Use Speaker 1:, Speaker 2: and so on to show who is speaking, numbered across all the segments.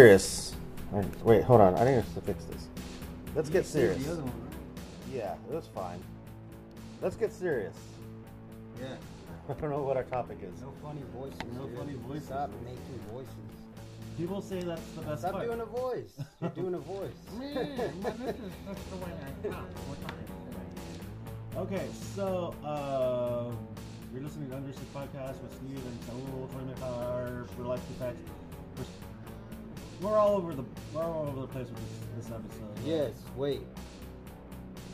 Speaker 1: serious. All right, Wait, hold on. I need to fix this. Let's get serious.
Speaker 2: The other one, right?
Speaker 1: Yeah, it was fine. Let's get serious.
Speaker 2: Yeah.
Speaker 1: I don't know what our topic is.
Speaker 3: No funny voices.
Speaker 2: No
Speaker 3: dude.
Speaker 2: funny voices.
Speaker 3: Stop making voices.
Speaker 4: People say that's the best
Speaker 3: Stop
Speaker 4: part.
Speaker 3: doing a voice. You're doing a voice.
Speaker 4: Okay, so um, you're listening to Understood Podcast with Steve and Saul from the car for life effects. We're all over the we're all over the place with this, this episode.
Speaker 3: yes. Wait.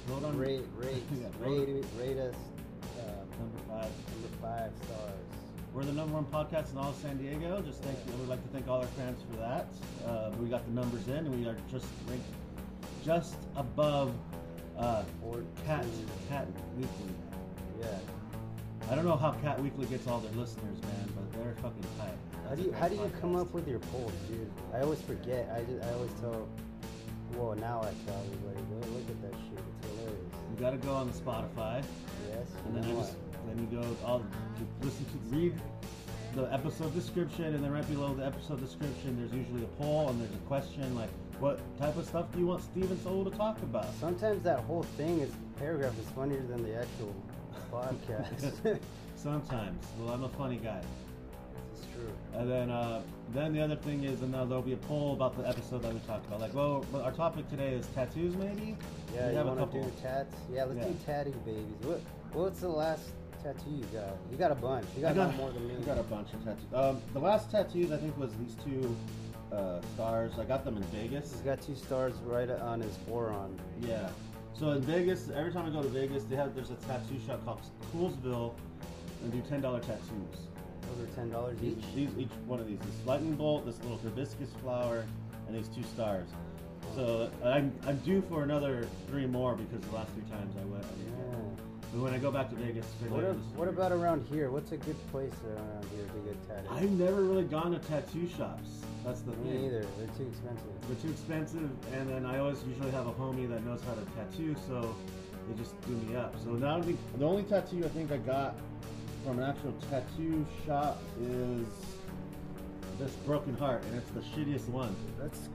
Speaker 4: Vote on
Speaker 3: Rate. Rate.
Speaker 4: Yeah, vote
Speaker 3: rate. Rate us.
Speaker 4: on
Speaker 3: Uh,
Speaker 4: number five.
Speaker 3: number five stars.
Speaker 4: We're the number one podcast in all of San Diego. Just thank you. We'd like to thank all our fans for that. Uh, we got the numbers in, and we are just ranked just above uh,
Speaker 3: Or
Speaker 4: Cat Cat Weekly.
Speaker 3: Yeah.
Speaker 4: I don't know how Cat Weekly gets all their listeners, man, but they're fucking tight.
Speaker 3: How do you how do you come up with your polls, dude? I always forget. I just I always tell. Well, now I tell everybody. Look, look at that shit. It's hilarious.
Speaker 4: You gotta go on the Spotify,
Speaker 3: Yes.
Speaker 4: and then
Speaker 3: now
Speaker 4: you
Speaker 3: what?
Speaker 4: just then you go. I'll just listen to read the episode description, and then right below the episode description, there's usually a poll and there's a question like, "What type of stuff do you want Steven Soul to talk about?"
Speaker 3: Sometimes that whole thing is paragraph is funnier than the actual podcast.
Speaker 4: Sometimes, well, I'm a funny guy.
Speaker 3: It's true.
Speaker 4: And then, uh, then the other thing is, and now there'll be a poll about the episode that we talked about. Like, well, but our topic today is tattoos, maybe.
Speaker 3: Yeah,
Speaker 4: We
Speaker 3: you
Speaker 4: have a
Speaker 3: want to
Speaker 4: couple.
Speaker 3: do tats? Yeah, let's
Speaker 4: Yeah.
Speaker 3: do tatty babies. What? What's the last tattoo you got? You got a bunch. You got,
Speaker 4: I got
Speaker 3: one more than me.
Speaker 4: I got a bunch of tattoos. Um, the last tattoos I think was these two uh, stars. I got them in Vegas.
Speaker 3: He's got two stars right on his forearm.
Speaker 4: Yeah. So in Vegas, every time I go to Vegas, they have there's a tattoo shop called Coolsville, and they do ten dollar tattoos.
Speaker 3: Those are ten dollars
Speaker 4: These,
Speaker 3: each.
Speaker 4: these each one of these this lightning bolt, this little hibiscus flower, and these two stars. So I'm I'm due for another three more because the last three times I went. I
Speaker 3: Yeah.
Speaker 4: didn't get it. But when I go back to Vegas, they're
Speaker 3: What,
Speaker 4: like
Speaker 3: a,
Speaker 4: this
Speaker 3: what
Speaker 4: year.
Speaker 3: about around here? What's a good place around here to get tatted?
Speaker 4: I've never really gone to tattoo shops. That's the thing.
Speaker 3: me either. They're too expensive.
Speaker 4: They're too expensive, and then I always usually have a homie that knows how to tattoo, so they just do me up. So now I think the only tattoo I think I got from an actual tattoo shop is this broken heart, and it's the shittiest one.
Speaker 3: That's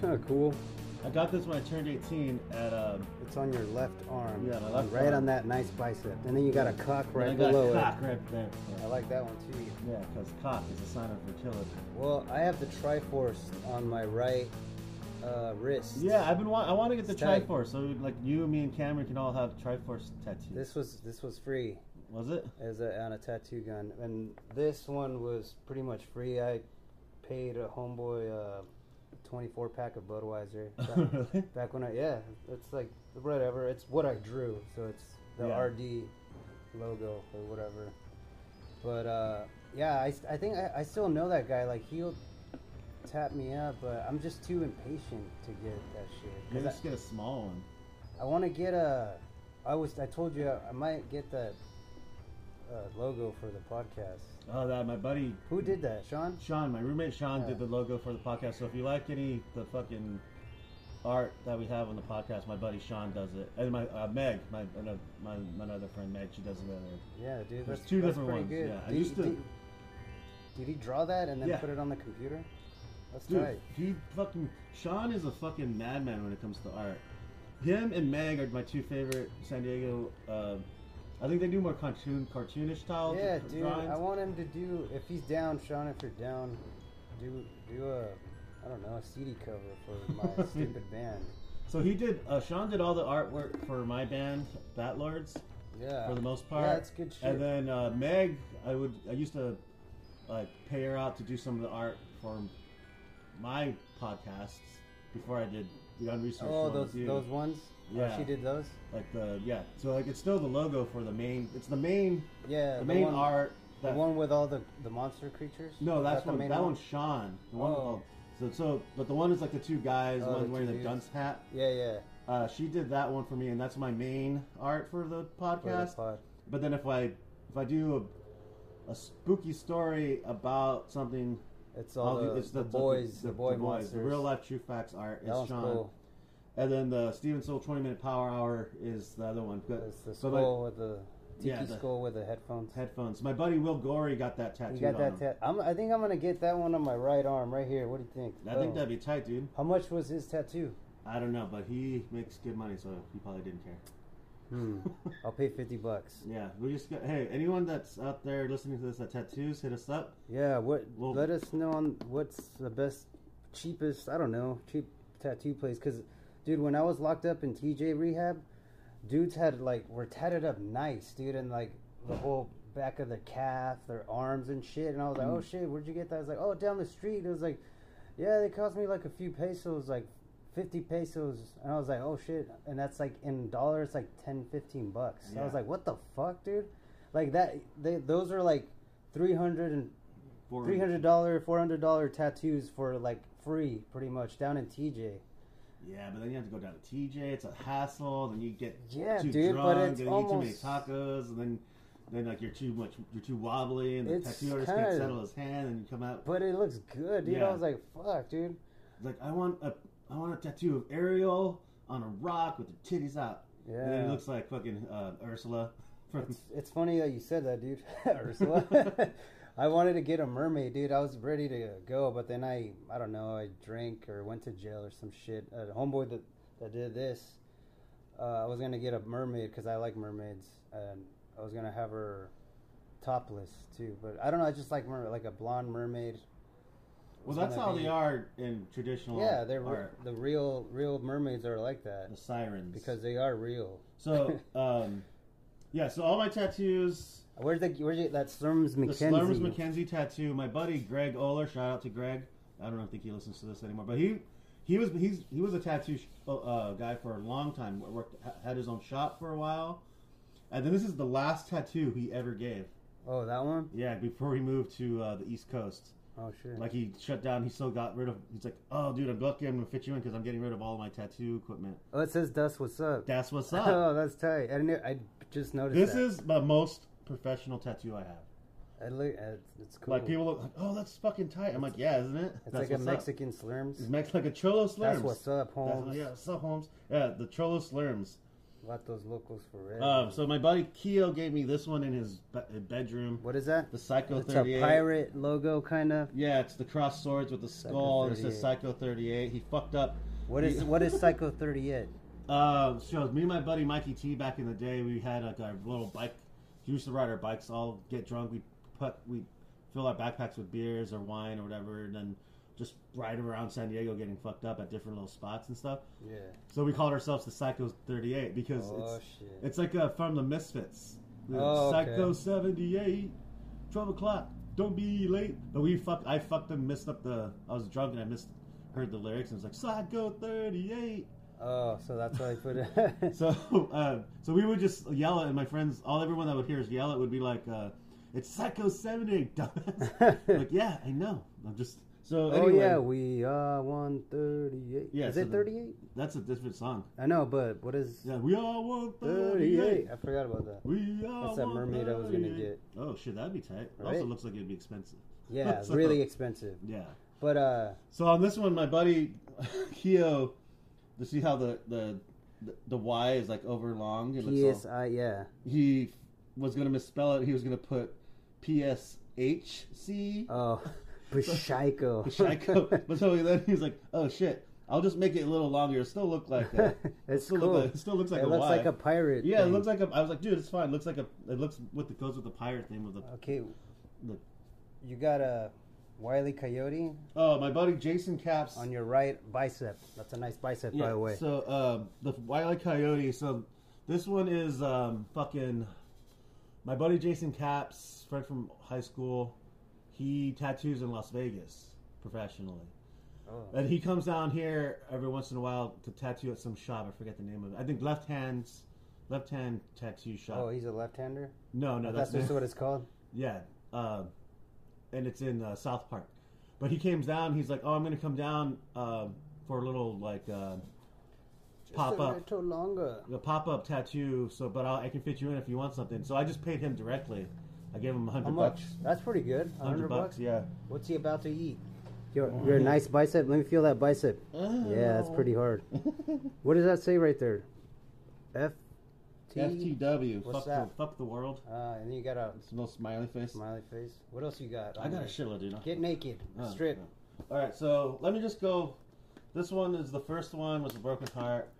Speaker 3: kind of cool.
Speaker 4: I got this when I turned 18 at um,
Speaker 3: It's on your left arm.
Speaker 4: Yeah, my left
Speaker 3: Right
Speaker 4: arm.
Speaker 3: on that nice bicep, and then you got a cock
Speaker 4: and I
Speaker 3: right
Speaker 4: got
Speaker 3: below
Speaker 4: cock
Speaker 3: it.
Speaker 4: right there.
Speaker 3: I like that one too.
Speaker 4: Yeah, because cock is a sign of fertility.
Speaker 3: Well, I have the Triforce on my right uh, wrist.
Speaker 4: Yeah, I've been. Wa- I want to get the
Speaker 3: It's tight.
Speaker 4: Triforce, so like you, me, and Cameron can all have Triforce tattoos.
Speaker 3: This was this was free
Speaker 4: was it?
Speaker 3: as a, on a tattoo gun, and this one was pretty much free. I paid a homeboy uh, 24 pack of Budweiser. Back,
Speaker 4: really?
Speaker 3: back when I yeah, it's like whatever. It's what I drew, so it's the
Speaker 4: Yeah.
Speaker 3: RD logo or whatever. But uh, yeah, I, I think I, I still know that guy. Like he'll tap me up, but I'm just too impatient to get that shit. 'Cause
Speaker 4: Maybe
Speaker 3: I-
Speaker 4: just get a small one.
Speaker 3: I want to get a. I was. I told you I, I might get that uh, logo for the podcast.
Speaker 4: Oh, that my buddy
Speaker 3: Who did that, Sean?
Speaker 4: Sean, my roommate Sean
Speaker 3: Yeah.
Speaker 4: did the logo for the podcast. So if you like any the fucking art that we have on the podcast, my buddy Sean does it, and my uh, Meg, my, and, uh, my my another friend Meg, she does it. Other.
Speaker 3: Yeah, dude.
Speaker 4: There's
Speaker 3: That's
Speaker 4: two
Speaker 3: that's
Speaker 4: different
Speaker 3: pretty
Speaker 4: ones,
Speaker 3: Good.
Speaker 4: yeah. I
Speaker 3: Did,
Speaker 4: used to-
Speaker 3: did, did he draw that and then
Speaker 4: Yeah.
Speaker 3: put it on the computer? That's
Speaker 4: Dude,
Speaker 3: tight.
Speaker 4: he fucking Sean is a fucking madman when it comes to art. Him and Meg are my two favorite San Diego. Uh, I think they do more cartoon cartoonish style
Speaker 3: Yeah,
Speaker 4: d-
Speaker 3: dude.
Speaker 4: drawings.
Speaker 3: I want him to do. If he's down, Sean. If you're down, do do a. I don't know a CD cover for my stupid band.
Speaker 4: so he did. Uh, Sean did all the artwork for my band, Batlords.
Speaker 3: Yeah.
Speaker 4: for the most part.
Speaker 3: Yeah, it's good shit.
Speaker 4: And then uh, Meg, I would I used to like pay her out to do some of the art for my podcasts before I did the unresearched
Speaker 3: oh,
Speaker 4: one
Speaker 3: those
Speaker 4: with you.
Speaker 3: those ones. Oh,
Speaker 4: Yeah.
Speaker 3: she did those.
Speaker 4: like the yeah. So like it's still the logo for the main. It's the main
Speaker 3: Yeah.
Speaker 4: the, main
Speaker 3: one,
Speaker 4: art.
Speaker 3: The
Speaker 4: That,
Speaker 3: one with all the, the monster creatures?
Speaker 4: no,
Speaker 3: Is
Speaker 4: that's
Speaker 3: the
Speaker 4: one.
Speaker 3: main
Speaker 4: That one's Sean. The one.
Speaker 3: Oh.
Speaker 4: so so but the one is like the two guys.
Speaker 3: Oh,
Speaker 4: One
Speaker 3: the two
Speaker 4: wearing the
Speaker 3: dudes.
Speaker 4: dunce hat.
Speaker 3: Yeah, yeah.
Speaker 4: Uh, she did that one for me, and that's my main art for the
Speaker 3: For the
Speaker 4: podcast.
Speaker 3: pod.
Speaker 4: But then if I if I do a, a spooky story about something,
Speaker 3: It's all
Speaker 4: I'll do-
Speaker 3: the, the, boys, the, boy monsters.
Speaker 4: the real life true facts art
Speaker 3: That
Speaker 4: is
Speaker 3: one's
Speaker 4: Sean,
Speaker 3: cool.
Speaker 4: and then the Steven Soul twenty minute power hour is the other one. But,
Speaker 3: It's the
Speaker 4: but like,
Speaker 3: skull with the Tiki
Speaker 4: Yeah, the-
Speaker 3: skull with the headphones.
Speaker 4: Headphones. My buddy Will Gorey got that tattoo.
Speaker 3: You got
Speaker 4: on
Speaker 3: that?
Speaker 4: him.
Speaker 3: Tat- I'm, I think I'm gonna get that one on my right arm, right here. What do you think?
Speaker 4: I think
Speaker 3: Boom.
Speaker 4: that'd be tight, dude.
Speaker 3: How much was his tattoo?
Speaker 4: I don't know, but he makes good money, so he probably didn't care.
Speaker 3: Hmm. I'll pay fifty bucks.
Speaker 4: Yeah, we just got, hey, anyone that's out there listening to this that tattoos, hit us up.
Speaker 3: Yeah. What?
Speaker 4: Well-
Speaker 3: let us know on what's the best, cheapest. I don't know, cheap tattoo place. Cause, dude, when I was locked up in TJ rehab, dudes had like were tatted up nice, dude, and like the whole back of their calf, their arms and shit. And I was like,
Speaker 4: Mm.
Speaker 3: oh shit, where'd you get that? I was like, oh, down the street. It was like, yeah, they cost me like a few pesos, like. 50 pesos and i was like oh shit and that's like in dollars like 10 15 bucks i was
Speaker 4: Yeah.
Speaker 3: like what the fuck dude like that they those are like 300 and
Speaker 4: For-
Speaker 3: three hundred dollar, four hundred dollar tattoos for like free, pretty much down in TJ.
Speaker 4: Yeah, but then you have to go down to TJ. It's a hassle. Then you get
Speaker 3: Yeah,
Speaker 4: too
Speaker 3: dude,
Speaker 4: drunk.
Speaker 3: but
Speaker 4: Then
Speaker 3: it's
Speaker 4: you
Speaker 3: almost-
Speaker 4: eat too many tacos, and then then like you're too much, you're too wobbly, and the
Speaker 3: It's
Speaker 4: tattoo artist can't
Speaker 3: kinda-
Speaker 4: settle his hand, and you come out
Speaker 3: But it looks good, dude.
Speaker 4: Yeah.
Speaker 3: I was like, fuck, dude.
Speaker 4: like I want a I want a tattoo of Ariel on a rock with her titties out. And then
Speaker 3: Yeah.
Speaker 4: it looks like fucking uh, Ursula from
Speaker 3: It's, it's funny that you said that, dude. Ursula. I wanted to get a mermaid, dude. I was ready to go, but then I, I don't know, I drank or went to jail or some shit. A homeboy that, that did this, uh, I was gonna get a mermaid because I like mermaids, and I was gonna have her topless too. But I don't know, I just like mermaid, like a blonde mermaid.
Speaker 4: Well, that's
Speaker 3: gonna
Speaker 4: how
Speaker 3: be-
Speaker 4: they are in traditional
Speaker 3: Yeah, they're re-
Speaker 4: art.
Speaker 3: the real real mermaids are like that
Speaker 4: The sirens.
Speaker 3: because they are real.
Speaker 4: so um yeah, so all my tattoos
Speaker 3: Where's the where's the, that Slurms
Speaker 4: the Slurms
Speaker 3: McKenzie?
Speaker 4: Mackenzie tattoo, my buddy Greg Oler, shout out to Greg. I don't think he listens to this anymore, but he he was he's he was a tattoo sh- uh, uh, guy for a long time. Worked ha- had his own shop for a while, and then this is the last tattoo he ever gave.
Speaker 3: oh, that one.
Speaker 4: Yeah, before he moved to uh, the East Coast,
Speaker 3: Oh shit.
Speaker 4: like he shut down. He still got rid of. He's like, "Oh, dude, I'm lucky. I'm gonna fit you in because I'm getting rid of all my tattoo equipment."
Speaker 3: oh, it says Dust. What's up?
Speaker 4: That's what's up.
Speaker 3: Oh, that's tight. I knew, I just noticed.
Speaker 4: this
Speaker 3: that.
Speaker 4: is my most professional tattoo I have.
Speaker 3: I look, it's, it's cool.
Speaker 4: Like people look like, "Oh, that's fucking tight." I'm like, "Yeah, isn't it?"
Speaker 3: it's
Speaker 4: That's
Speaker 3: like a
Speaker 4: what's up.
Speaker 3: Mexican
Speaker 4: It's
Speaker 3: Slurms.
Speaker 4: Mex- like a Cholo Slurms.
Speaker 3: That's what's
Speaker 4: That's-
Speaker 3: up, Holmes.
Speaker 4: yeah, what's up, Holmes? Yeah, the Cholo Slurms.
Speaker 3: Lot those locals for real.
Speaker 4: Um, so my buddy Keo gave me this one in his be- bedroom.
Speaker 3: what is that?
Speaker 4: The Psycho
Speaker 3: It's a
Speaker 4: 38.
Speaker 3: pirate logo, kind of.
Speaker 4: Yeah, it's the cross swords with the skull. and it says Psycho 38. He fucked up.
Speaker 3: What is
Speaker 4: Yeah.
Speaker 3: what is Psycho Thirty Eight?
Speaker 4: Uh, shows me and my buddy Mikey T back in the day. We had like our little bike. We used to ride our bikes. All get drunk. We put we fill our backpacks with beers or wine or whatever, and then just ride around San Diego getting fucked up at different little spots and stuff.
Speaker 3: Yeah.
Speaker 4: So we called ourselves the Psycho 38 because
Speaker 3: Oh
Speaker 4: it's
Speaker 3: shit.
Speaker 4: it's like uh, from the Misfits. The
Speaker 3: Oh, okay.
Speaker 4: Psycho 78, 12 o'clock. Don't be late. But we fuck. I fucked and missed up the. I was drunk and I missed heard the lyrics and it was like Psycho 38.
Speaker 3: oh, so that's why I put it.
Speaker 4: So, uh, so we would just yell it, and my friends, all everyone that would hear us yell it would be like, uh, "It's Psycho 70, dumbass." like, yeah, I know. I'm just so.
Speaker 3: Oh
Speaker 4: anyway,
Speaker 3: yeah, we are one thirty-eight.
Speaker 4: Yeah,
Speaker 3: is
Speaker 4: so
Speaker 3: it
Speaker 4: the-
Speaker 3: thirty-eight?
Speaker 4: that's a different song.
Speaker 3: I know, but what is
Speaker 4: Yeah, we are one
Speaker 3: thirty-eight?
Speaker 4: thirty-eight.
Speaker 3: I forgot about that.
Speaker 4: We are
Speaker 3: That's that mermaid I was gonna
Speaker 4: 138. Oh shit, that'd be tight. Also
Speaker 3: Right?
Speaker 4: looks like it'd be expensive.
Speaker 3: Yeah,
Speaker 4: So-
Speaker 3: really expensive.
Speaker 4: Yeah.
Speaker 3: But uh,
Speaker 4: So on this one, my buddy Keo, to see how the the the, the Y is like over long. It looks all-
Speaker 3: PSI, yeah,
Speaker 4: he was gonna misspell it. He was gonna put P S H C.
Speaker 3: oh, Pashiko.
Speaker 4: But so then he was like, "Oh shit, I'll just make it a little longer. It still look like a,
Speaker 3: it's
Speaker 4: still
Speaker 3: cool.
Speaker 4: look like, it still looks like
Speaker 3: it
Speaker 4: a
Speaker 3: looks
Speaker 4: Y.
Speaker 3: like a pirate.
Speaker 4: yeah, it
Speaker 3: thing.
Speaker 4: looks like a. I was like, dude, it's fine. It looks like a. It looks with the goes with the pirate theme of the.
Speaker 3: Okay,
Speaker 4: Look.
Speaker 3: you got a Wiley Coyote
Speaker 4: Oh, my buddy Jason Caps.
Speaker 3: on your right bicep. That's a nice bicep, by the way.
Speaker 4: So um, the Wile E. Coyote. So this one is um, fucking my buddy Jason Caps, friend from high school. He tattoos in Las Vegas professionally,
Speaker 3: oh.
Speaker 4: and he comes down here every once in a while to tattoo at some shop. I forget the name of it. I think Left Hands, Left Hand Tattoo Shop.
Speaker 3: Oh, he's a left-hander.
Speaker 4: no, no,
Speaker 3: that's
Speaker 4: that's,
Speaker 3: just what it's called.
Speaker 4: yeah, um, and it's in uh, South Park. But he comes down. He's like, "Oh, I'm gonna come down um for a little like uh, pop
Speaker 3: just a
Speaker 4: up."
Speaker 3: little longer.
Speaker 4: the pop-up tattoo. So, but I'll, I can fit you in if you want something. So I just paid him directly. I gave him a
Speaker 3: How
Speaker 4: hundred
Speaker 3: much?
Speaker 4: bucks.
Speaker 3: That's pretty good.
Speaker 4: A Hundred bucks, yeah.
Speaker 3: What's he about to eat? Your, your nice bicep. Let me feel that bicep. Yeah, that's pretty hard. What does that say right there? F FT.
Speaker 4: FTW.
Speaker 3: What's
Speaker 4: fuck
Speaker 3: that?
Speaker 4: The, fuck the world.
Speaker 3: Uh, and then you got a
Speaker 4: It's a little smiley face.
Speaker 3: smiley face. What else you got?
Speaker 4: I
Speaker 3: on
Speaker 4: got a
Speaker 3: there?
Speaker 4: shitload, dude.
Speaker 3: Get naked.
Speaker 4: Oh,
Speaker 3: Strip.
Speaker 4: no. All right, so let me just go. This one is the first one was a broken heart.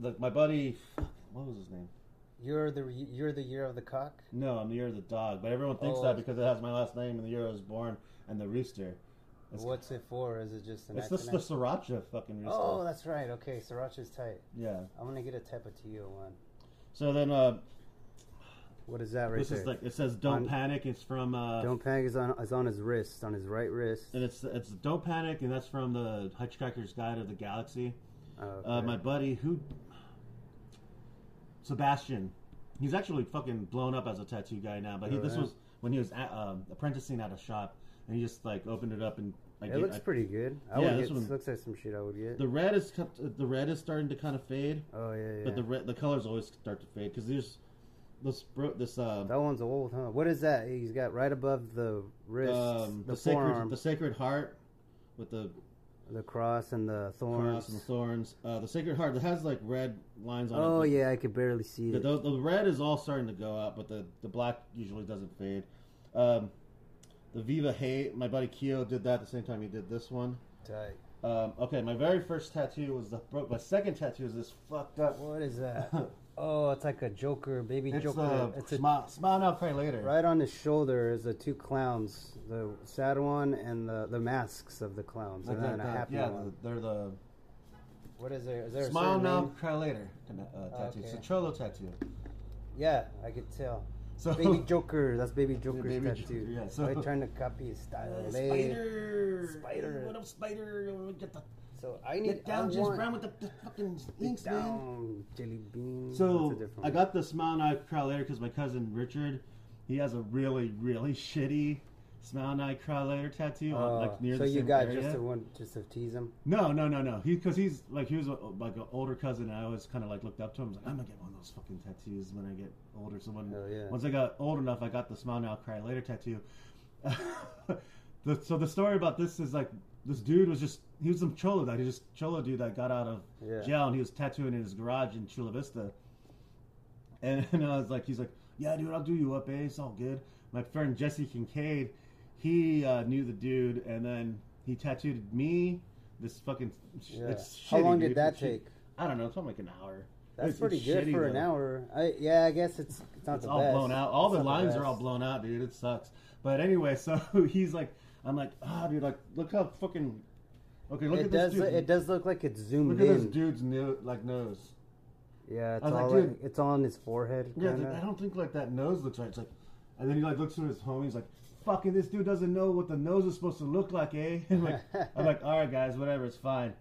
Speaker 4: The, my buddy, fuck, what was his name?
Speaker 3: You're the re- you're the year of the cock.
Speaker 4: No, I'm the year of the dog, but everyone thinks
Speaker 3: Oh,
Speaker 4: that
Speaker 3: I-
Speaker 4: because it has my last name and the year I was born and the rooster. It's-
Speaker 3: What's it for? Is it just an
Speaker 4: It's the, the
Speaker 3: accident?
Speaker 4: sriracha fucking rooster.
Speaker 3: Oh, that's right. Okay, sriracha's tight.
Speaker 4: yeah.
Speaker 3: I'm gonna get a Tapatio one.
Speaker 4: So then, uh,
Speaker 3: What is that right
Speaker 4: this
Speaker 3: there?
Speaker 4: is like it says, "Don't
Speaker 3: On-
Speaker 4: panic." It's from uh,
Speaker 3: Don't panic is on is on his wrist, on his right wrist.
Speaker 4: and it's it's "Don't Panic," and that's from the Hitchhiker's Guide of the Galaxy.
Speaker 3: Oh,
Speaker 4: Uh,
Speaker 3: okay.
Speaker 4: my buddy who Sebastian, he's actually fucking blown up as a tattoo guy now. But he,
Speaker 3: Oh,
Speaker 4: this
Speaker 3: yeah.
Speaker 4: was when he was at, um, apprenticing at a shop, and he just like opened it up and like
Speaker 3: it looks pretty good. I
Speaker 4: Yeah,
Speaker 3: would
Speaker 4: this
Speaker 3: get,
Speaker 4: one-
Speaker 3: looks like some shit I would get.
Speaker 4: the red is cut- the red is starting to kind of fade,
Speaker 3: oh yeah, yeah.
Speaker 4: but the red the colors always start to fade because there's this bro- this uh,
Speaker 3: that one's old, huh? What is that? He's got right above the wrist,
Speaker 4: um,
Speaker 3: the,
Speaker 4: the,
Speaker 3: forearm,
Speaker 4: sacred the sacred heart with the
Speaker 3: the cross, and the thorns.
Speaker 4: cross and the thorns. Uh, the sacred heart that has like red lines on it.
Speaker 3: oh
Speaker 4: that-
Speaker 3: yeah, I could barely see
Speaker 4: The,
Speaker 3: it.
Speaker 4: the, the red is all starting to go up, but the, the black usually doesn't fade. Um, the Viva Hay, my buddy Keo did that the same time he did this one.
Speaker 3: Tight.
Speaker 4: Um, okay, my very first tattoo was the bro- my second tattoo is this fucked up.
Speaker 3: What is that? oh, it's like a Joker, baby
Speaker 4: It's
Speaker 3: Joker.
Speaker 4: uh,
Speaker 3: it's a
Speaker 4: smile, smile now, pray later.
Speaker 3: Right on his shoulder is the two clowns, the sad one and the, the masks of the clowns,
Speaker 4: Like
Speaker 3: and then
Speaker 4: that-
Speaker 3: a
Speaker 4: that-
Speaker 3: happy
Speaker 4: yeah,
Speaker 3: one.
Speaker 4: the- they're the
Speaker 3: what is there? Is there a
Speaker 4: smile
Speaker 3: certain
Speaker 4: now,
Speaker 3: name?
Speaker 4: cry later kind of, uh, tattoo. It's a
Speaker 3: okay.
Speaker 4: cholo tattoo.
Speaker 3: Yeah, I could tell.
Speaker 4: So
Speaker 3: Baby Joker, that's Baby Joker's
Speaker 4: Baby
Speaker 3: tattoo.
Speaker 4: Joker, yeah, so-
Speaker 3: Like trying to copy his style.
Speaker 4: Uh,
Speaker 3: Lay-
Speaker 4: spider,
Speaker 3: Spider.
Speaker 4: What up, spider? Get the
Speaker 3: So I need
Speaker 4: get down,
Speaker 3: I
Speaker 4: James
Speaker 3: want
Speaker 4: Brown with the, the fucking
Speaker 3: get
Speaker 4: inks, man.
Speaker 3: down, jelly bean. That's a
Speaker 4: So
Speaker 3: different
Speaker 4: I
Speaker 3: one.
Speaker 4: got the smile and I cry later because my cousin Richard, he has a really really shitty smile and I cry later tattoo on,
Speaker 3: Oh,
Speaker 4: like near
Speaker 3: so
Speaker 4: the
Speaker 3: you
Speaker 4: same
Speaker 3: got
Speaker 4: area.
Speaker 3: just the one, just to tease him.
Speaker 4: No, no, no, no. He because he's like he was a, like an older cousin. And I always kind of like looked up to him. I was like, I'm gonna get one of those fucking tattoos when I get older. So when
Speaker 3: Hell yeah.
Speaker 4: once I got old enough, I got the smile now cry later tattoo. the, so the story about this is like this dude was just he was some cholo that he just cholo dude that got out of
Speaker 3: Yeah.
Speaker 4: jail and he was tattooing in his garage in Chula Vista. And, and I was like, he's like, yeah, dude, I'll do you up, eh? It's all good. My friend Jesse Kincaid, he uh, knew the dude, and then he tattooed me. This fucking. sh-
Speaker 3: Yeah.
Speaker 4: it's
Speaker 3: How
Speaker 4: shitty,
Speaker 3: long did
Speaker 4: dude.
Speaker 3: that
Speaker 4: It's shit-
Speaker 3: take?
Speaker 4: I don't know. It's probably like an hour.
Speaker 3: That's
Speaker 4: It's-
Speaker 3: pretty
Speaker 4: it's
Speaker 3: good
Speaker 4: shitty,
Speaker 3: for an
Speaker 4: though.
Speaker 3: hour. I, yeah, I guess it's it's not
Speaker 4: It's
Speaker 3: the
Speaker 4: all
Speaker 3: best.
Speaker 4: blown out. All
Speaker 3: It's
Speaker 4: the
Speaker 3: not
Speaker 4: lines are all
Speaker 3: best.
Speaker 4: blown out, dude. It sucks. But anyway, so he's like, I'm like, ah, dude, like, look how fucking. Okay, look
Speaker 3: it
Speaker 4: at
Speaker 3: does.
Speaker 4: this dude.
Speaker 3: It does look like it's zoomed
Speaker 4: look at
Speaker 3: in.
Speaker 4: this dude's no, like nose.
Speaker 3: Yeah, it's
Speaker 4: I was like,
Speaker 3: all
Speaker 4: dude-
Speaker 3: like, it's all on his forehead.
Speaker 4: Yeah, it's
Speaker 3: kinda.
Speaker 4: like, I don't think like that nose looks right. It's like, and then he like looks to his homie. He's like, "Fucking this dude doesn't know what the nose is supposed to look like, eh?" I'm like, I'm like, "All right, guys, whatever, it's fine.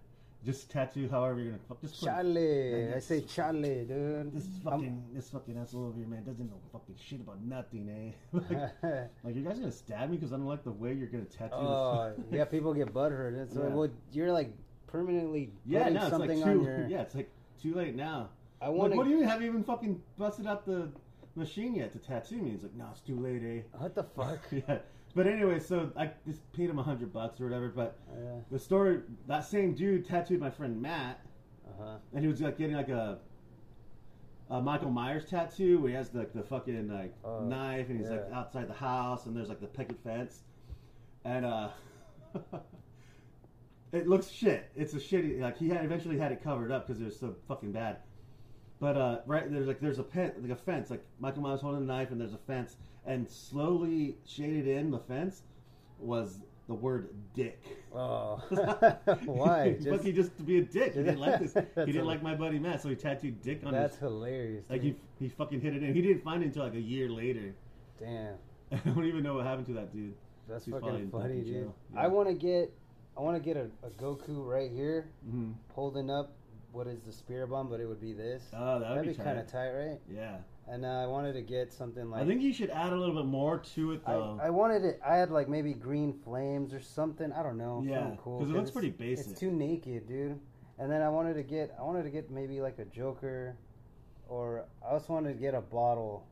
Speaker 4: Just tattoo however you're gonna fuck this fucking,
Speaker 3: Charlie,
Speaker 4: Yeah,
Speaker 3: I Um, say Charlie, dude.
Speaker 4: this
Speaker 3: I'm-
Speaker 4: fucking this fucking asshole over here, man, doesn't know fucking shit about nothing, eh?" like, like, you guys gonna stab me because I don't like the way you're gonna tattoo.
Speaker 3: oh,
Speaker 4: this
Speaker 3: yeah, people get butthurt. It's like,
Speaker 4: Yeah.
Speaker 3: well, you're like permanently
Speaker 4: yeah,
Speaker 3: putting
Speaker 4: no, it's
Speaker 3: something
Speaker 4: like
Speaker 3: on
Speaker 4: too.
Speaker 3: your.
Speaker 4: Yeah, it's like too late now.
Speaker 3: I
Speaker 4: Like,
Speaker 3: want to.
Speaker 4: what
Speaker 3: What,
Speaker 4: do you have you even fucking busted out the machine yet to tattoo me? He's like, "No, it's too late, eh?"
Speaker 3: the fuck?
Speaker 4: yeah. But anyway, so I just paid him a hundred bucks or whatever. But
Speaker 3: Yeah.
Speaker 4: the story, that same dude tattooed my friend Matt,
Speaker 3: Uh-huh.
Speaker 4: and he was like getting like a, a Michael Myers tattoo where he has like the fucking like
Speaker 3: Oh,
Speaker 4: knife, and he's like
Speaker 3: yeah.
Speaker 4: outside the house, and there's like the picket fence, and uh, it looks shit. It's a shitty. Like he had eventually had it covered up because it was so fucking bad. But uh, right there's like there's a pen like a fence like Michael Myers holding a knife and there's a fence and slowly shaded in the fence was the word dick.
Speaker 3: Oh, why?
Speaker 4: Just,
Speaker 3: Just,
Speaker 4: Fucking just to be a dick. He didn't like this. He
Speaker 3: That's
Speaker 4: didn't
Speaker 3: a-
Speaker 4: like my buddy Matt, so he tattooed dick on
Speaker 3: that's
Speaker 4: his.
Speaker 3: hilarious.
Speaker 4: Like he
Speaker 3: dude.
Speaker 4: he fucking hit it in. He didn't find it until like a year later.
Speaker 3: Damn,
Speaker 4: I don't even know what happened to that dude.
Speaker 3: that's
Speaker 4: He's probably
Speaker 3: fucking
Speaker 4: in fucking
Speaker 3: funny, dude.
Speaker 4: jail. Yeah.
Speaker 3: I want to get, I want to get a, a Goku right here
Speaker 4: Mm-hmm.
Speaker 3: holding up what is the spear bomb, but it would be this.
Speaker 4: Oh, that would
Speaker 3: That'd
Speaker 4: be,
Speaker 3: be kind of
Speaker 4: tight.
Speaker 3: tight, right?
Speaker 4: Yeah,
Speaker 3: And uh, I wanted to get something like
Speaker 4: I think uh, you should add a little bit more to it
Speaker 3: I,
Speaker 4: though.
Speaker 3: I wanted it. I had like maybe green flames or something. I don't know.
Speaker 4: Yeah,
Speaker 3: something cool.
Speaker 4: 'cause it looks
Speaker 3: it's-
Speaker 4: pretty basic.
Speaker 3: It's too naked, dude. And then I wanted to get. I wanted to get maybe like a Joker, or I also wanted to get a bottle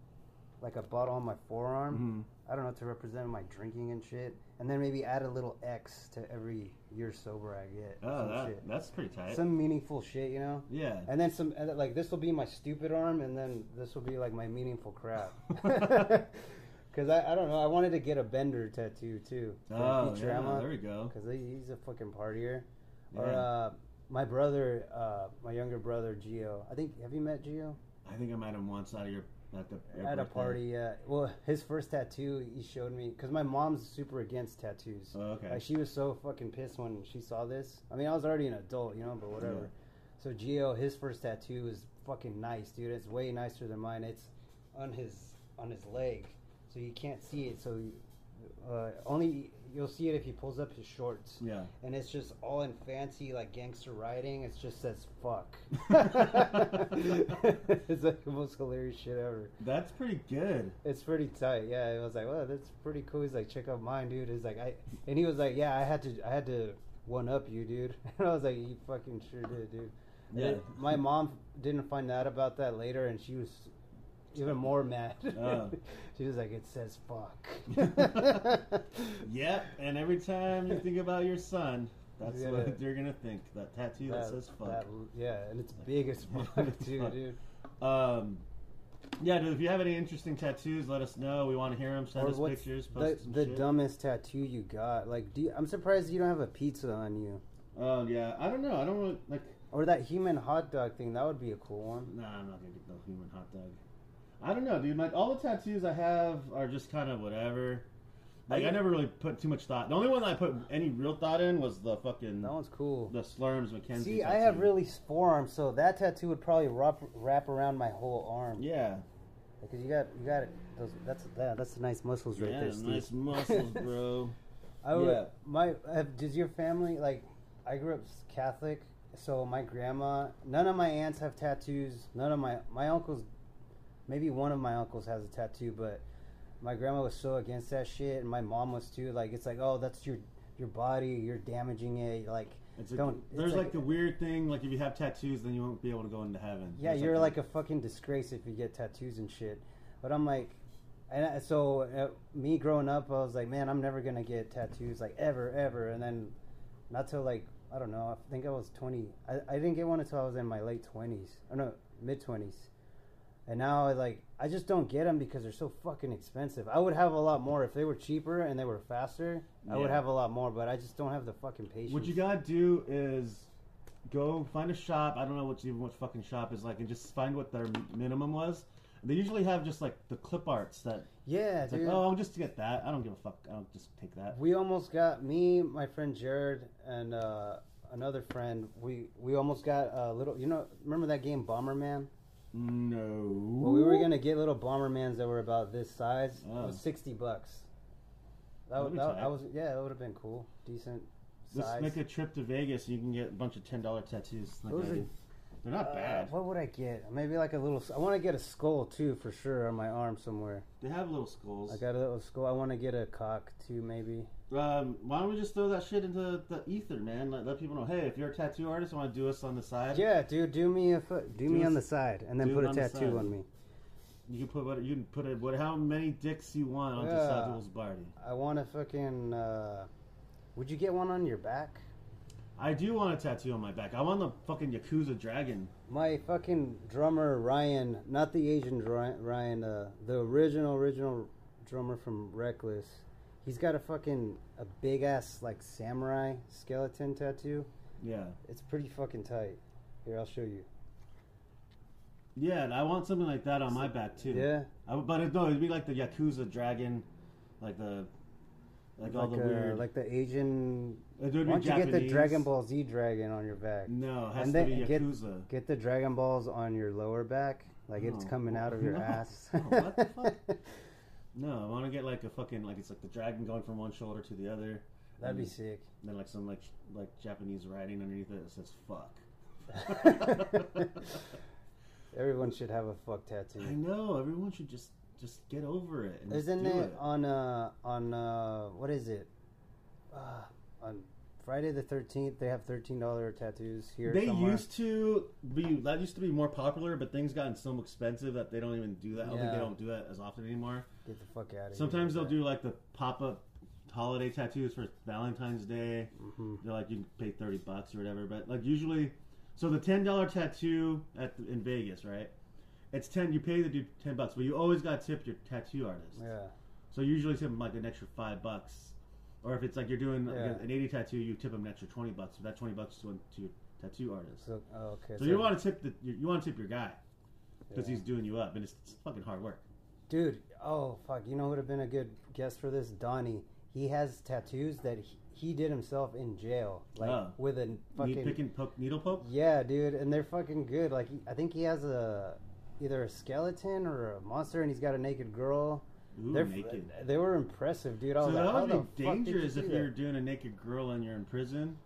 Speaker 3: like a bottle on my forearm.
Speaker 4: Mhm.
Speaker 3: I don't know to represent my drinking and shit, and then maybe add a little X to every year sober I get.
Speaker 4: Oh,
Speaker 3: some
Speaker 4: that,
Speaker 3: shit.
Speaker 4: that's pretty tight.
Speaker 3: some meaningful shit, you know.
Speaker 4: yeah.
Speaker 3: And then some, and then, like this will be my stupid arm, and then this will be like my meaningful crap. Because I, I don't know, I wanted to get a bender tattoo too. for
Speaker 4: Oh,
Speaker 3: future
Speaker 4: yeah,
Speaker 3: Emma,
Speaker 4: there we go.
Speaker 3: 'cause he- he's a fucking partier. Or
Speaker 4: Yeah.
Speaker 3: uh, my brother, uh, my younger brother Gio. I think have you met Gio
Speaker 4: I think I met him once out of your at the your
Speaker 3: at a
Speaker 4: birthday.
Speaker 3: party? Yeah. Well, his first tattoo he showed me because my mom's super against tattoos.
Speaker 4: Oh, okay.
Speaker 3: Like she was so fucking pissed when she saw this. I mean, I was already an adult, you know, but whatever. So Gio, his first tattoo is fucking nice, dude. It's way nicer than mine. It's on his on his leg, so you can't see it. So you, uh, only you'll see it if he pulls up his shorts.
Speaker 4: Yeah.
Speaker 3: And it's just all in fancy like gangster writing. It just says fuck. it's like the most hilarious shit ever.
Speaker 4: That's pretty good.
Speaker 3: It's pretty tight. Yeah, I was like, well, that's pretty cool. He's like, check out mine, dude. He's like, I, and he was like, yeah, I had to, I had to one up you, dude. And I was like, you fucking sure did, dude. And
Speaker 4: Yeah.
Speaker 3: then my mom didn't find out about that later, and she was even more mad.
Speaker 4: Oh.
Speaker 3: she was like, it says fuck.
Speaker 4: Yep. And every time you think about your son, that's
Speaker 3: Yeah.
Speaker 4: what you're gonna think. That tattoo that, says fuck.
Speaker 3: that- yeah, and it's big as fuck
Speaker 4: It's
Speaker 3: too,
Speaker 4: fuck.
Speaker 3: dude.
Speaker 4: Um. Yeah, dude. If you have any interesting tattoos, let us know. We want to hear them. Send us
Speaker 3: what's
Speaker 4: pictures.
Speaker 3: the,
Speaker 4: Post some
Speaker 3: the
Speaker 4: shit.
Speaker 3: dumbest tattoo you got? Like, do you, I'm surprised you don't have a pizza on you,
Speaker 4: Oh yeah. I don't know. I don't really, like.
Speaker 3: or that human hot dog thing. That would be a cool one.
Speaker 4: Nah, I'm not gonna get no human hot dog. I don't know, dude. Like all the tattoos I have are just kind of whatever. Like I never really put too much thought. The only one I put any real thought in was the fucking
Speaker 3: That one's cool.
Speaker 4: the Slurms Mackenzie.
Speaker 3: See, I have
Speaker 4: tattoo.
Speaker 3: really s- forearms, so that tattoo would probably wrap, wrap around my whole arm.
Speaker 4: yeah,
Speaker 3: Because you got you got it. Those, that's that, that's the nice muscles right
Speaker 4: yeah,
Speaker 3: there, Steve.
Speaker 4: nice muscles, bro.
Speaker 3: I would,
Speaker 4: yeah.
Speaker 3: My have, does your family like? I grew up s- Catholic, so my grandma. None of my aunts have tattoos. None of my my uncles. Maybe one of my uncles has a tattoo, but my grandma was so against that shit, and my mom was too. Like it's like, oh, that's your your body. You're damaging it. Like
Speaker 4: It's a,
Speaker 3: Don't- it's
Speaker 4: there's like,
Speaker 3: like-
Speaker 4: the weird thing, like if you have tattoos, then you won't be able to go into heaven.
Speaker 3: Yeah,
Speaker 4: It's
Speaker 3: you're like,
Speaker 4: the-
Speaker 3: a fucking disgrace if you get tattoos and shit. But I'm like, and I- so uh, me growing up, I was like, man, I'm never gonna get tattoos, like ever, ever. And then, not till like I don't know, I think I was 20. I, I didn't get one until I was in my late 20s, or no, mid 20s. And now I like I just don't get them because they're so fucking expensive. I would have a lot more if they were cheaper and they were faster. I would
Speaker 4: Yeah.
Speaker 3: have a lot more, but I just don't have the fucking patience.
Speaker 4: What you gotta do is go find a shop. I don't know what's even what fucking shop is like, and just find what their minimum was. They usually have just like the clip arts that
Speaker 3: Yeah,
Speaker 4: it's
Speaker 3: dude.
Speaker 4: like, oh, I'll just get that. I don't give a fuck. I'll just take that.
Speaker 3: We almost got me, my friend Jared, and uh, another friend. We we almost got a little. You know, remember that game Bomberman?
Speaker 4: No.
Speaker 3: Well, we were gonna get little Bombermans that were about this size. It
Speaker 4: Oh.
Speaker 3: was sixty bucks. That,
Speaker 4: That'd
Speaker 3: would
Speaker 4: be
Speaker 3: that,
Speaker 4: tight.
Speaker 3: that was yeah. That would have been cool. Decent
Speaker 4: Let's
Speaker 3: size.
Speaker 4: make a trip to Vegas. and You can get a bunch of ten dollar tattoos. Like
Speaker 3: Those
Speaker 4: I
Speaker 3: are-
Speaker 4: did. They're not
Speaker 3: Uh,
Speaker 4: bad.
Speaker 3: what would I get? Maybe like a little. I want to get a skull too, for sure, on my arm somewhere.
Speaker 4: They have little skulls.
Speaker 3: I got a little skull. I want to get a cock too, maybe.
Speaker 4: Um, why don't we just throw that shit into the ether, man? Let, let people know. Hey, if you're a tattoo artist, want to do us on the side?
Speaker 3: Yeah, dude, do me a foot. Do, me
Speaker 4: us-
Speaker 3: on the side, and then
Speaker 4: do
Speaker 3: put
Speaker 4: it
Speaker 3: a
Speaker 4: on the side.
Speaker 3: tattoo on me.
Speaker 4: You can put what you can put it. What? How many dicks you want on
Speaker 3: Yeah.
Speaker 4: just Abdul's body?
Speaker 3: I want to fucking. Uh, would you get one on your back?
Speaker 4: I do want a tattoo on my back. I want the fucking Yakuza dragon.
Speaker 3: My fucking drummer Ryan, not the Asian dr- Ryan, uh, the original original drummer from Reckless. He's got a fucking a big ass like samurai skeleton tattoo.
Speaker 4: Yeah,
Speaker 3: It's pretty fucking tight. Here, I'll show you.
Speaker 4: yeah. And I want something like that on my back too.
Speaker 3: Yeah,
Speaker 4: I, would- but it, no, it'd be like the Yakuza dragon, like the like, all the
Speaker 3: uh,
Speaker 4: weird.
Speaker 3: like the Asian.
Speaker 4: it would
Speaker 3: Why
Speaker 4: be
Speaker 3: don't you get the
Speaker 4: Japanese.
Speaker 3: Dragon Ball Z dragon on your back?
Speaker 4: No, it has
Speaker 3: And
Speaker 4: to
Speaker 3: then
Speaker 4: be
Speaker 3: get-
Speaker 4: Yakuza.
Speaker 3: Get the Dragon Balls on your lower back, like it's
Speaker 4: No.
Speaker 3: coming out of your
Speaker 4: No.
Speaker 3: ass.
Speaker 4: No, Oh. what the fuck? no, I want to get like a fucking like it's like the dragon going from one shoulder to the other.
Speaker 3: That'd be
Speaker 4: and
Speaker 3: sick.
Speaker 4: Then like some like sh- like Japanese writing underneath it that says "fuck."
Speaker 3: Everyone should have a fuck tattoo.
Speaker 4: I know everyone should just just get over it. And just
Speaker 3: Isn't
Speaker 4: do
Speaker 3: it, on uh on uh what is it? Uh, on Friday the thirteenth, they have thirteen dollar tattoos here.
Speaker 4: They
Speaker 3: somewhere.
Speaker 4: used to be that used to be more popular, but things gotten so expensive that they don't even do that. I don't think they
Speaker 3: Yeah.
Speaker 4: don't do that as often anymore.
Speaker 3: get the fuck out of
Speaker 4: Sometimes
Speaker 3: here.
Speaker 4: they'll do like the pop up holiday tattoos for Valentine's Day.
Speaker 3: Mm-hmm.
Speaker 4: They're like you can pay thirty bucks or whatever, but like usually, so the ten dollar tattoo at the, in Vegas, right? It's ten. You pay the dude ten bucks, but you always got to tip your tattoo artist.
Speaker 3: Yeah,
Speaker 4: So you usually tip them like an extra five bucks, or if it's like you're doing like,
Speaker 3: Yeah.
Speaker 4: an eighty tattoo, you tip them an extra twenty bucks. So that twenty bucks is going to your tattoo artist.
Speaker 3: so oh, okay.
Speaker 4: So you want to tip the you, you want to tip your guy because
Speaker 3: Yeah.
Speaker 4: he's doing you up, and it's, it's fucking hard work.
Speaker 3: Dude, oh fuck, you know who would have been a good guest for this? Donnie. He has tattoos that he, he did himself in jail, like
Speaker 4: Oh.
Speaker 3: with a
Speaker 4: Need
Speaker 3: fucking
Speaker 4: pick and poke, needle poke.
Speaker 3: yeah, dude, and they're fucking good. Like he- I think he has a either a skeleton or a monster, and he's got a naked girl.
Speaker 4: Ooh,
Speaker 3: they're
Speaker 4: naked.
Speaker 3: They were impressive, dude. I
Speaker 4: So
Speaker 3: was
Speaker 4: that
Speaker 3: like, how
Speaker 4: would
Speaker 3: the
Speaker 4: be
Speaker 3: fuck did you
Speaker 4: dangerous
Speaker 3: do
Speaker 4: if
Speaker 3: that?
Speaker 4: you're doing a naked girl and you're in prison,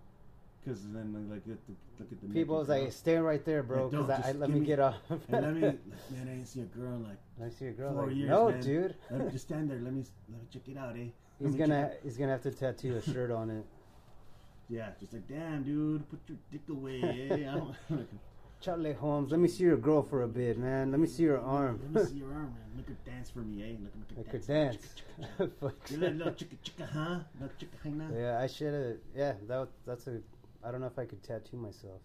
Speaker 4: because then like look at the, look at the
Speaker 3: People was
Speaker 4: naked
Speaker 3: like,
Speaker 4: girl.
Speaker 3: stay right there, bro,
Speaker 4: Like, don't,
Speaker 3: because I,
Speaker 4: just
Speaker 3: I, let
Speaker 4: give
Speaker 3: me
Speaker 4: me-
Speaker 3: get off.
Speaker 4: and let me man, I ain't seen a girl in like
Speaker 3: I see a girl.
Speaker 4: four
Speaker 3: like,
Speaker 4: years.
Speaker 3: no,
Speaker 4: man.
Speaker 3: dude.
Speaker 4: let me just stand there. Let me let me check it out, eh? Let
Speaker 3: He's
Speaker 4: me
Speaker 3: gonna
Speaker 4: check it-
Speaker 3: he's gonna have to tattoo a shirt on it.
Speaker 4: yeah, just like damn, dude, put your dick away, eh? I don't, let
Speaker 3: Charlie Holmes, let me see your girl for a bit, man. Let me see your arm.
Speaker 4: me see your arm, man. Make her dance for me, eh? Look, make her
Speaker 3: I could
Speaker 4: dance.
Speaker 3: dance.
Speaker 4: You little, little chicka chicka, huh? Little chicka, hey, nah.
Speaker 3: yeah, I should have. Yeah, that was- that's a. I don't know if I could tattoo myself.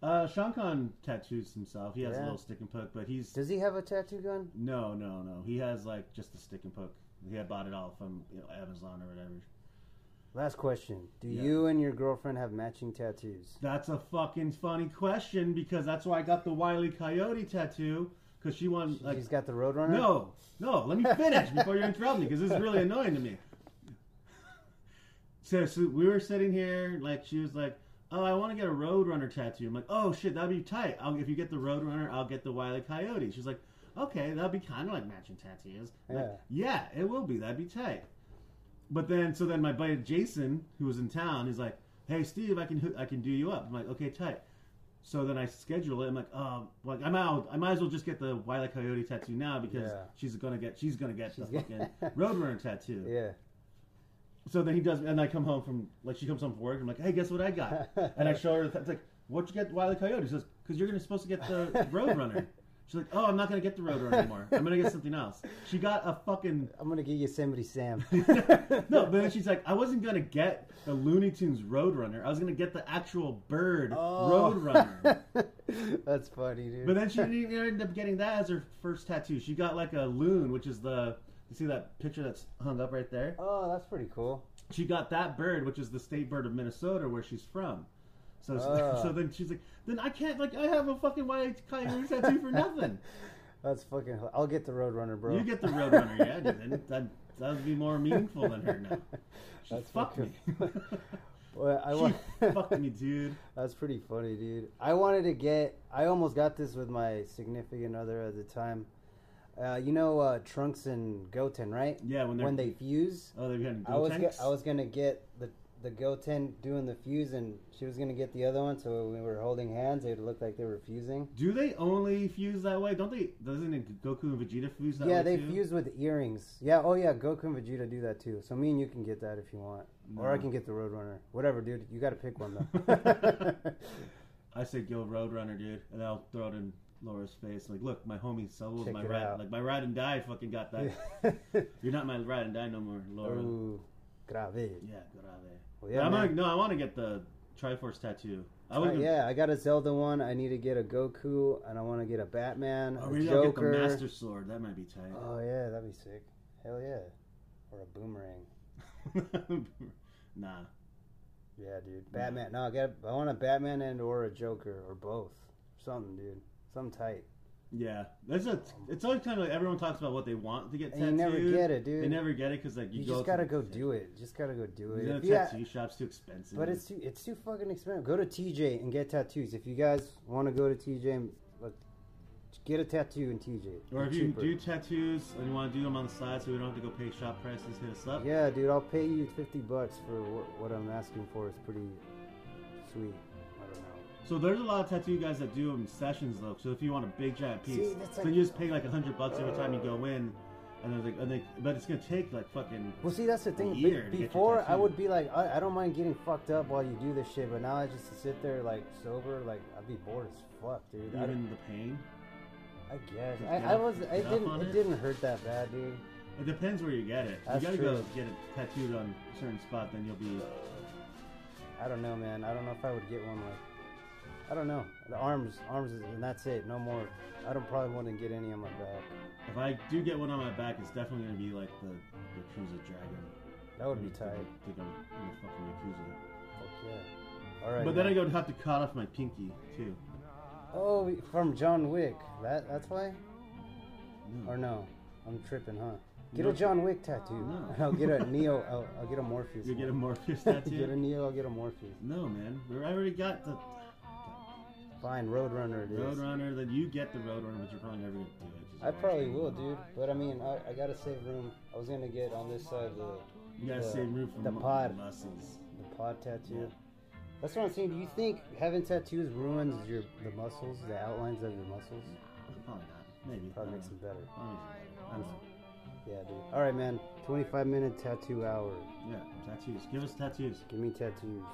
Speaker 4: Uh, Sean Khan tattoos himself. He has a
Speaker 3: Yeah.
Speaker 4: little stick and poke, but he's
Speaker 3: Does he have a tattoo gun?
Speaker 4: no, no, no. He has like just the stick and poke. He had bought it all from you know, Amazon or whatever.
Speaker 3: Last question: Do
Speaker 4: Yeah.
Speaker 3: you and your girlfriend have matching tattoos?
Speaker 4: That's a fucking funny question because that's why I got the Wiley Coyote tattoo because she wanted like
Speaker 3: She's got the Roadrunner.
Speaker 4: No, no. Let me finish before you interrupt me because this is really annoying to me. So, so we were sitting here, like she was like, "Oh, I want to get a Roadrunner tattoo." I'm like, "Oh shit, that'd be tight. I'll, if you get the Roadrunner, I'll get the Wile E. Coyote." She's like, "Okay, that'd be kind of like matching tattoos." I'm like, yeah, it will be. That'd be tight. But then, so then my buddy Jason, who was in town, he's like, "Hey, Steve, I can hoo- I can do you up." I'm like, "Okay, tight." So then I schedule it. I'm like, um, like I'm out. I might as well just get the Wile E. Coyote tattoo now because
Speaker 3: Yeah.
Speaker 4: she's gonna get she's gonna get
Speaker 3: She's
Speaker 4: the
Speaker 3: gonna-
Speaker 4: fucking Roadrunner tattoo.
Speaker 3: Yeah.
Speaker 4: So then he does, and I come home from like she comes home from work. I'm like, hey, guess what I got? and I show her. It's like, what'd you get, Wile E. Coyote? She says, because you're gonna supposed to get the Roadrunner. She's like, oh, I'm not gonna get the Roadrunner anymore. I'm gonna get something else. She got a fucking
Speaker 3: I'm gonna get Yosemite Sam.
Speaker 4: no, but then she's like, I wasn't gonna get the Looney Tunes Roadrunner. I was gonna get the actual bird
Speaker 3: Oh.
Speaker 4: Roadrunner.
Speaker 3: That's funny, dude.
Speaker 4: but then she didn't even end up getting that as her first tattoo. She got like a loon, which is the you see that picture that's hung up right there.
Speaker 3: oh, that's pretty cool.
Speaker 4: She got that bird, which is the state bird of Minnesota, where she's from. So,
Speaker 3: Oh.
Speaker 4: so then she's like, then I can't like I have a fucking white coyote tattoo for nothing.
Speaker 3: That's fucking. hel- I'll get the Roadrunner, bro.
Speaker 4: You get the Roadrunner, yeah, dude. Then that that would be more meaningful than her now. She
Speaker 3: That's
Speaker 4: fucked me.
Speaker 3: Well, I
Speaker 4: she
Speaker 3: want.
Speaker 4: fucked me, dude.
Speaker 3: That's pretty funny, dude. I wanted to get. I almost got this with my significant other at the time. Uh, you know uh, Trunks and Goten, right?
Speaker 4: Yeah, when they're
Speaker 3: When they fuse,
Speaker 4: oh they're getting
Speaker 3: I was
Speaker 4: tanks.
Speaker 3: go- I was gonna get the the Goten doing the fuse, and she was gonna get the other one. So when we were holding hands. It looked like they were fusing.
Speaker 4: Do they only fuse that way? Don't they? Doesn't it Goku and Vegeta fuse that
Speaker 3: yeah,
Speaker 4: way
Speaker 3: they
Speaker 4: too?
Speaker 3: fuse with earrings. Yeah, oh yeah, Goku and Vegeta do that too. So me and you can get that if you want, or I
Speaker 4: No.
Speaker 3: can get the Roadrunner. Whatever, dude. You got to pick one though.
Speaker 4: I say go Roadrunner, dude, and I'll throw it in Laura's face. Like, look, my homie Solo was
Speaker 3: Check
Speaker 4: my
Speaker 3: it
Speaker 4: ride.
Speaker 3: out.
Speaker 4: Like my ride and die fucking got that. You're not my ride and die no more, Laura.
Speaker 3: Ooh, grave.
Speaker 4: Yeah, grave.
Speaker 3: Well,
Speaker 4: Yeah, I'm
Speaker 3: Oh. man.
Speaker 4: like, no, I want to get the Triforce tattoo. I
Speaker 3: Uh,
Speaker 4: would.
Speaker 3: yeah, I got a Zelda one. I need to get a Goku, and I want to get a Batman,
Speaker 4: Or
Speaker 3: a
Speaker 4: maybe Oh, I'll get the
Speaker 3: Joker.
Speaker 4: Master Sword. That might be tight.
Speaker 3: oh yeah, that'd be sick. Hell yeah, or a boomerang. Uh.
Speaker 4: nah.
Speaker 3: Yeah, dude. Batman. No, I got. I want a Batman and or a Joker or both. Something, dude. Something tight.
Speaker 4: Yeah, that's a. It's always kind of like everyone talks about what they want to get
Speaker 3: And you never
Speaker 4: tattooed.
Speaker 3: get it, dude.
Speaker 4: They never get it because like you,
Speaker 3: You,
Speaker 4: go
Speaker 3: just
Speaker 4: to-
Speaker 3: gotta go do it. Just gotta go do it.
Speaker 4: You know,
Speaker 3: If
Speaker 4: the
Speaker 3: you ha-
Speaker 4: tattoo shop's too expensive.
Speaker 3: but it's too. It's too fucking expensive. Go to TJ and get tattoos. If you guys want to go to TJ, and, like, get a tattoo in TJ.
Speaker 4: or if
Speaker 3: It's
Speaker 4: you
Speaker 3: cheaper.
Speaker 4: do tattoos and you want to do them on the side, so we don't have to go pay shop prices, hit us up.
Speaker 3: Yeah, dude, I'll pay you 50 bucks for what, what I'm asking for. It's pretty sweet. I don't know.
Speaker 4: So there's a lot of tattoo guys that do them in sessions though. So if you want a big giant piece,
Speaker 3: See, that's
Speaker 4: so
Speaker 3: like-
Speaker 4: you just pay like hundred bucks every time you go in, And they're like, and they, but it's gonna take like fucking.
Speaker 3: Well, see, that's the thing. Be-
Speaker 4: year to get your
Speaker 3: before, I
Speaker 4: tattoo.
Speaker 3: would be like, I, I don't mind getting fucked up while you do this shit, but now I just sit there like sober, like I'd be bored as fuck, dude. I,
Speaker 4: even the pain.
Speaker 3: I guess
Speaker 4: Just
Speaker 3: I, I
Speaker 4: enough-
Speaker 3: was. I
Speaker 4: enough
Speaker 3: didn't.
Speaker 4: on
Speaker 3: It
Speaker 4: it?
Speaker 3: didn't hurt that bad, dude.
Speaker 4: It depends where you get it.
Speaker 3: That's
Speaker 4: you gotta
Speaker 3: true.
Speaker 4: go get it tattooed on a certain spot, then you'll be.
Speaker 3: I don't know, man. I don't know if I would get one like. I don't know. The arms, arms, is- and that's it. No more. I don't probably want to get any on my back.
Speaker 4: If I do get one on my back, it's definitely gonna be like the the Yakuza dragon.
Speaker 3: That would be
Speaker 4: I
Speaker 3: tight.
Speaker 4: think I'm in the fucking Yakuza.
Speaker 3: Fuck yeah. All right.
Speaker 4: but then I
Speaker 3: man.
Speaker 4: would have to cut off my pinky too.
Speaker 3: Oh, we- from John Wick. That that's why.
Speaker 4: No.
Speaker 3: Or no, I'm tripping, huh? Get
Speaker 4: No.
Speaker 3: a John Wick tattoo.
Speaker 4: No.
Speaker 3: I'll get a Neo. I'll, I'll get a Morpheus.
Speaker 4: You get a
Speaker 3: one.
Speaker 4: Morpheus
Speaker 3: get a
Speaker 4: tattoo?
Speaker 3: Neo. I'll get a Morpheus.
Speaker 4: no, man. I already got the
Speaker 3: Fine, Roadrunner it is.
Speaker 4: Roadrunner. Then you get the Roadrunner, but you're probably never gonna do it. Just
Speaker 3: I
Speaker 4: watch
Speaker 3: probably
Speaker 4: it.
Speaker 3: will, dude. But I mean, I, I gotta save room. I was gonna get on this side the
Speaker 4: You gotta
Speaker 3: The-
Speaker 4: save room for
Speaker 3: the
Speaker 4: mu-
Speaker 3: pod.
Speaker 4: muscles.
Speaker 3: the pod tattoo. That's what I'm saying. Do you think having tattoos ruins your the muscles, the outlines of your muscles?
Speaker 4: Probably not. Maybe.
Speaker 3: Probably
Speaker 4: I
Speaker 3: makes them
Speaker 4: don't know.
Speaker 3: better.
Speaker 4: Probably makes it better. I don't know.
Speaker 3: Yeah, dude. All right, man. 25 minute tattoo hour.
Speaker 4: Yeah, tattoos. Give us tattoos.
Speaker 3: Give me tattoos.